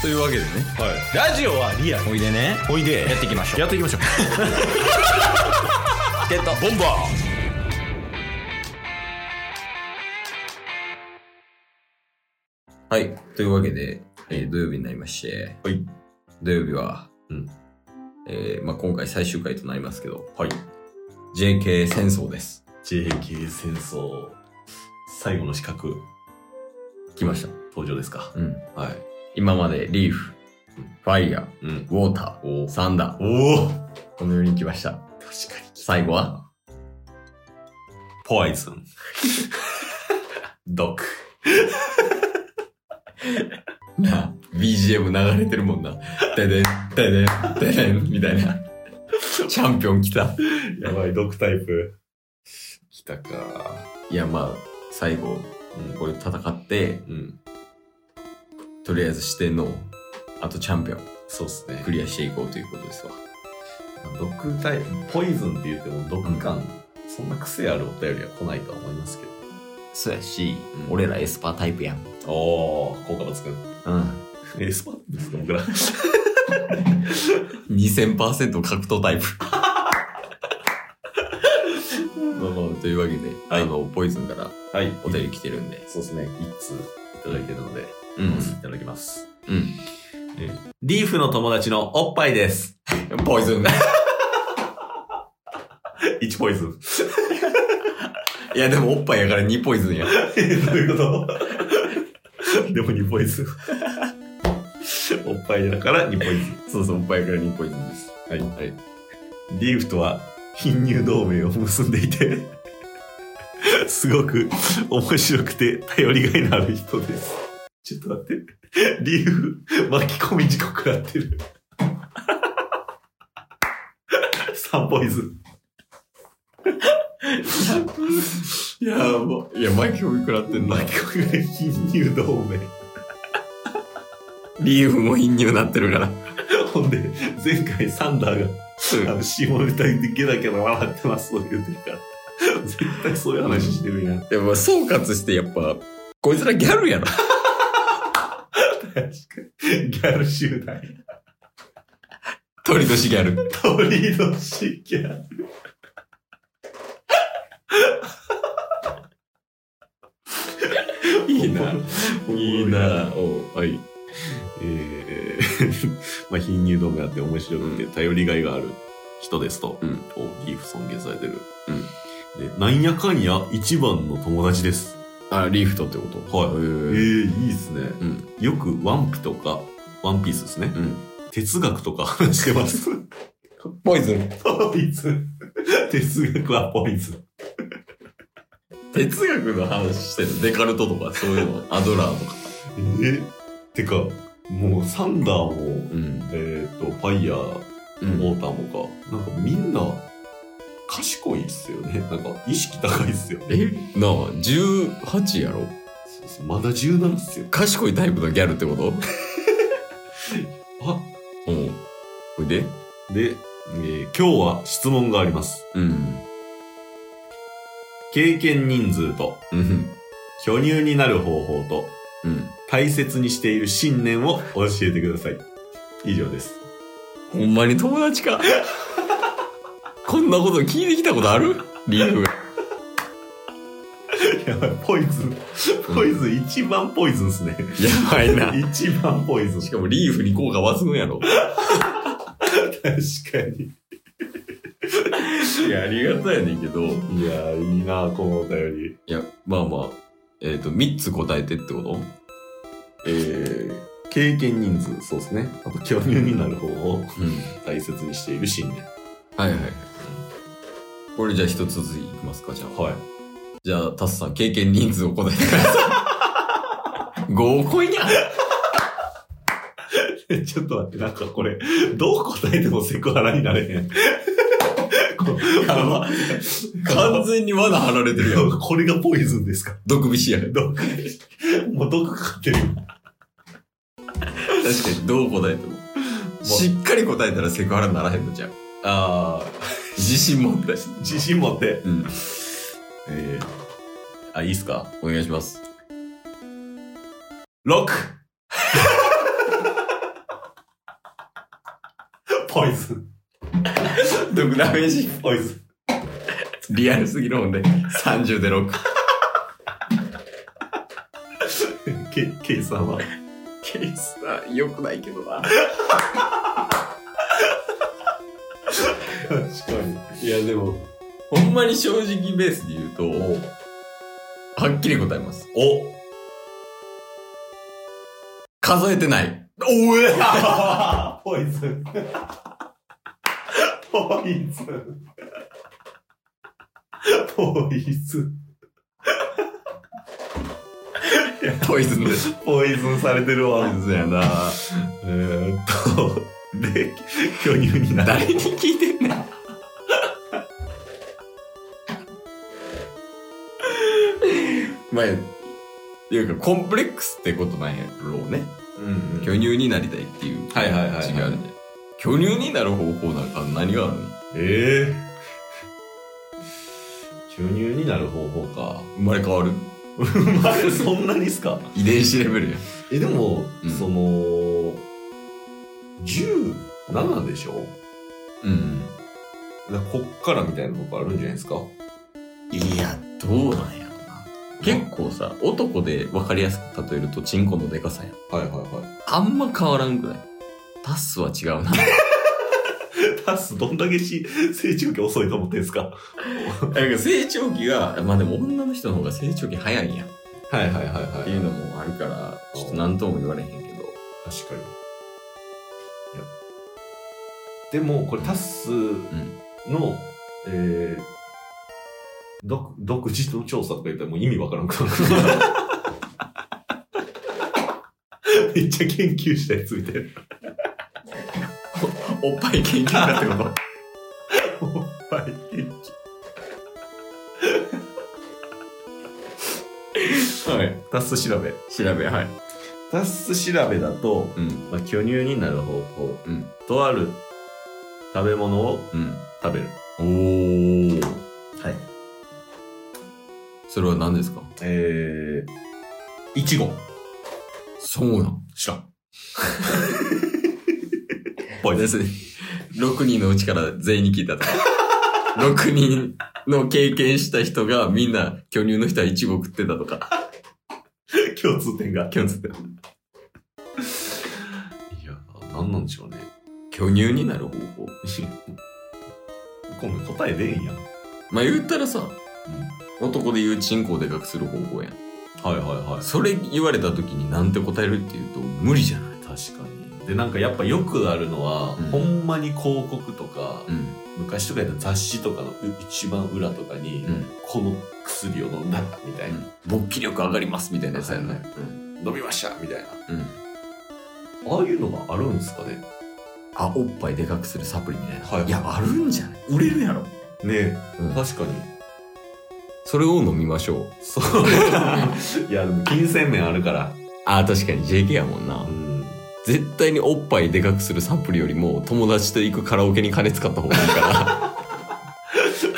というわけでねはい、ラジオはリアルおいでねおいでやっていきましょうやっていきましょうゲットボンバはいというわけで、えー土曜日になりましてーはい土曜日は、うんえーまあ、今回最終回となりますけどはい JK 戦争です JK 戦争最後の資格来ました登場ですかうんはい今までリーフファイヤーうんウォータおーサンダーおお確このように来ましたかに最後はポイズン毒なあ BGM 流れてるもんなデデンデデンデデンみたいなチャンピオン来たやばい毒タイプ来たかいやまあ最後これ戦ってうん、うん、とりあえず四天王あとチャンピオンそうっすねクリアしていこうということですわ毒タイプポイズンって言っても毒感、そんな癖あるお便りは来ないとは思いますけそうやし、うん俺らエスパータイプやんうんどおお効果抜群エスパーですか僕ら2000%格闘 タイプまあまあというわけで、はいあのポイズンからはいお便り来てるんでそうですね一通いただいてるのでうおいただきます、うリーフの友達のおっぱいです。んポイ ズンい1ポイズン。やでもおっぱいやから2ポイズンやどういうことでも2ポイズン。おっぱいだから2ポイズン。そうそうおっぱいやから2ポイズンですはい。はい、リーフとは貧乳同盟を結んでいて、すごく面白くて頼りがいのある人です。ちょっと待って。リーフ巻き込み事故食らってる。3ポイズン。いやもういや巻き込み食らってんな巻き込みが貧乳同盟リーフも貧乳になってるからほんで前回サンダーがあうの下ネタでゲラゲラ笑ってますそう言うてるから絶対そういう話してるやんでも総括してやっぱこいつらギャルやろ確かにギャル集団 鳥年ギャル鳥年ギャルいいなおもろいいなおうはいえー、 まあ貧乳動画って面白くて頼りがいがある人ですと、うんをギーフ尊敬されてる、でなんやかんや一番の友達ですあリーフとってことはいえいー、いいっすねうんよくワンピとか、ワンピースですね。うん哲学とか 話してます。ポイズンポイズン。哲学はポイズン。哲学の話してるデカルトとかそう いうのアドラーとかえてか、もうサンダーも、うんえっ、と、ファイヤー、うんモーターもか、なんかみんな、賢いっすよね。なんか、意識高いっすよね。えなあ18やろそうそうまだ17っすよ。賢いタイプのギャルってことあ、うん。ほいでで、えー今日は質問があります。うん。経験人数と、うん。巨乳になる方法と、うん。大切にしている信念を教えてください。以上です。ほんまに友達か。 こんなこと聞いてきたことあるリーフが。やばい、 ポイズン。ポイズン、一番ポイズンですね。 やばいな。一番ポイズ ン。し確かもリーフに効果抜群やろ。かに。 いや、ありがたいねんけど。いいやー、いいなこのお便り。や、まあまあ、えっ、と、3つ答えてってことえー、経験人数、そうですね。あと、巨乳になる方をうん。大切にしている信念。はいはい。これじゃあ一つずついきますか、じゃあ。はい。じゃあ、タスさん、経験人数を答えてくださ い。合コンやん ちょっと待って、なんかこれ、どう答えてもセクハラになれへん。こやば完全に罠張られてるやん。これがポイズンですか毒菱やん。毒、もう毒かかってるよ。確かにどう答えても、 しっかり答えたらセクハラにならへんのじゃんああ、 自信持って自信持って。うんえー、あ、いいっすかお願いします ?6! ポイズン。 毒ダメージ。ポイズン。リアルすぎるもんね。30で6。ケケイさんは。ケースは良くないけどな。確かに。いや、でも。ほんまに正直ベースで言うと、はっきり答えます。お数えてない。おえポイズン。ポイズン。ポイズン。 ポイズンです。ポイズンされてるポわイ。ズンやな。えーっと、で、巨乳になる。誰に聞いてんねん。まあ、いうか、コンプレックスってことなんやろうね。うん巨乳になりたいっていう。はいはいはいはい違うんで。巨乳になる方法なんか何があるのええ巨乳になる方法か。生まれ変わるまあ、そんなにっすか遺伝子レベルや。え、でも、うんその、17でしょうん。だからこっからみたいなとこあるんじゃないですかいや、どうなんやろな。結構さ、男で分かりやすく例えると、チンコのデカさや。はいはいはあんま変わらんくないタスは違うな。い。タス、どんだけし成長期遅いと思ってんすかなんか成長期が、まあでも女の人の方が成長期早いやんっはいはいはいはていうのもあるから、ちょっと何とも言われへんけど。確かに。いや。でも、これタスうん。の、えー、独独自の調査とか言ったらもう意味わからんくなる めっちゃ研究したやつみたいな。 おっぱい研究だってこと おっぱい研究。はい。タス調べ。調べ、はい。タス調べだと、うん。まあ、巨乳になる方法、うんとある食べ物をうん。食べる。おー。はい。それは何ですかえー、いちご。そうなん。知らん。ぽいです。す。6人のうちから全員に聞いた と。6人の経験した人がみんな巨乳の人はイチゴ食ってたとか。 共通点が。巨乳っていや、なんなんでしょうね。巨乳になる方法今度答え出んやん。まあ言ったらさ、男で言うチンコをでかくする方法やん。はいはいはい。それ言われた時になんて答えるっていうと無理じゃない確かにでなんかやっぱよくあるのは、うんほんまに広告とか、うん。昔とかやったら雑誌とかのう一番裏とかに、うんこの薬を飲んだみたいな、勃起力上がりますみたいなやつやんな、はいは飲みましたみたいなうん。ああいうのがあるんですかねあ、おっぱいでかくするサプリみたいな。はいいや、あるんじゃない売れるやろ。ねうん確かにそれを飲みましょう。そう いやでも金銭面あるからあ、確かに JK やもんな。 ん絶対におっぱいでかくするサプリよりも友達と行くカラオケに金使った方がいい から。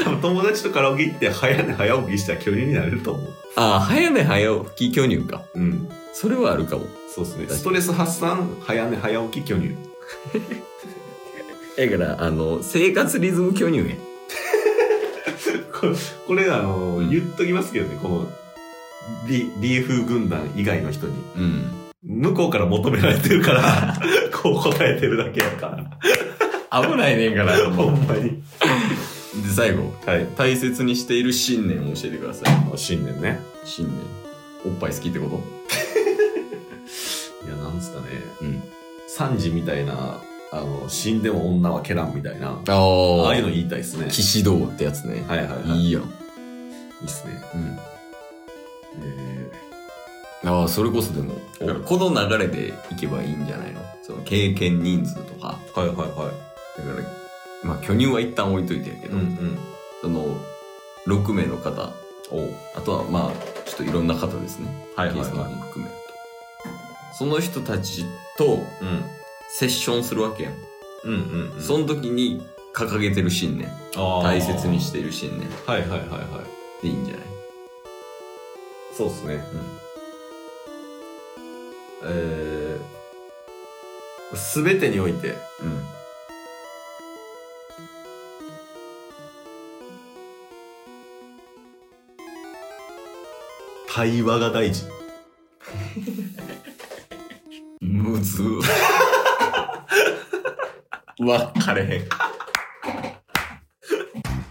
多分友達とカラオケ行って早寝早起きしたら巨乳になれると思うああ、早寝早起き巨乳か。うんそれはあるかも。そうですね確かにストレス発散早寝早起き巨乳だから、あの、生活リズム巨乳や。これ、これあの、うん言っときますけどね、この、リ、リーフ軍団以外の人に。うん。向こうから求められてるから、 こう答えてるだけやから。危ないねんから。ほで、んまに。最後。はい。大切にしている信念を教えてください。新年ね。信念。おっぱい好きってこといや、なんすかね。うん。サンジみたいな、あの、死んでも女は蹴らんみたいな。あああああいいううのの。言いたいですね。騎士道ってやつね。はいはいはい。いいいやん。いっすね。うん。えああ、それこそでも、だからこの流れでいけばいいんじゃないのその経験人数とか。ー、はいはいはい。だから、まあ、巨乳は一旦置いといてやけど、ん。その、6名の方、おうあとは、まあ、ちょっといろんな方ですね。はいはいケーはスいの方も含めると。その人たちとセッションするわけやん。うん。うんうん、うん。その時に掲げてる信念、あー大切にしている信念はいはいはいはでいいんじゃないい。そうっすね。えー、すべてにおいてうん。会話が大事。むずわかれへん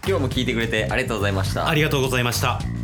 今日も聞いてくれてありがとうございましたありがとうございました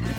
す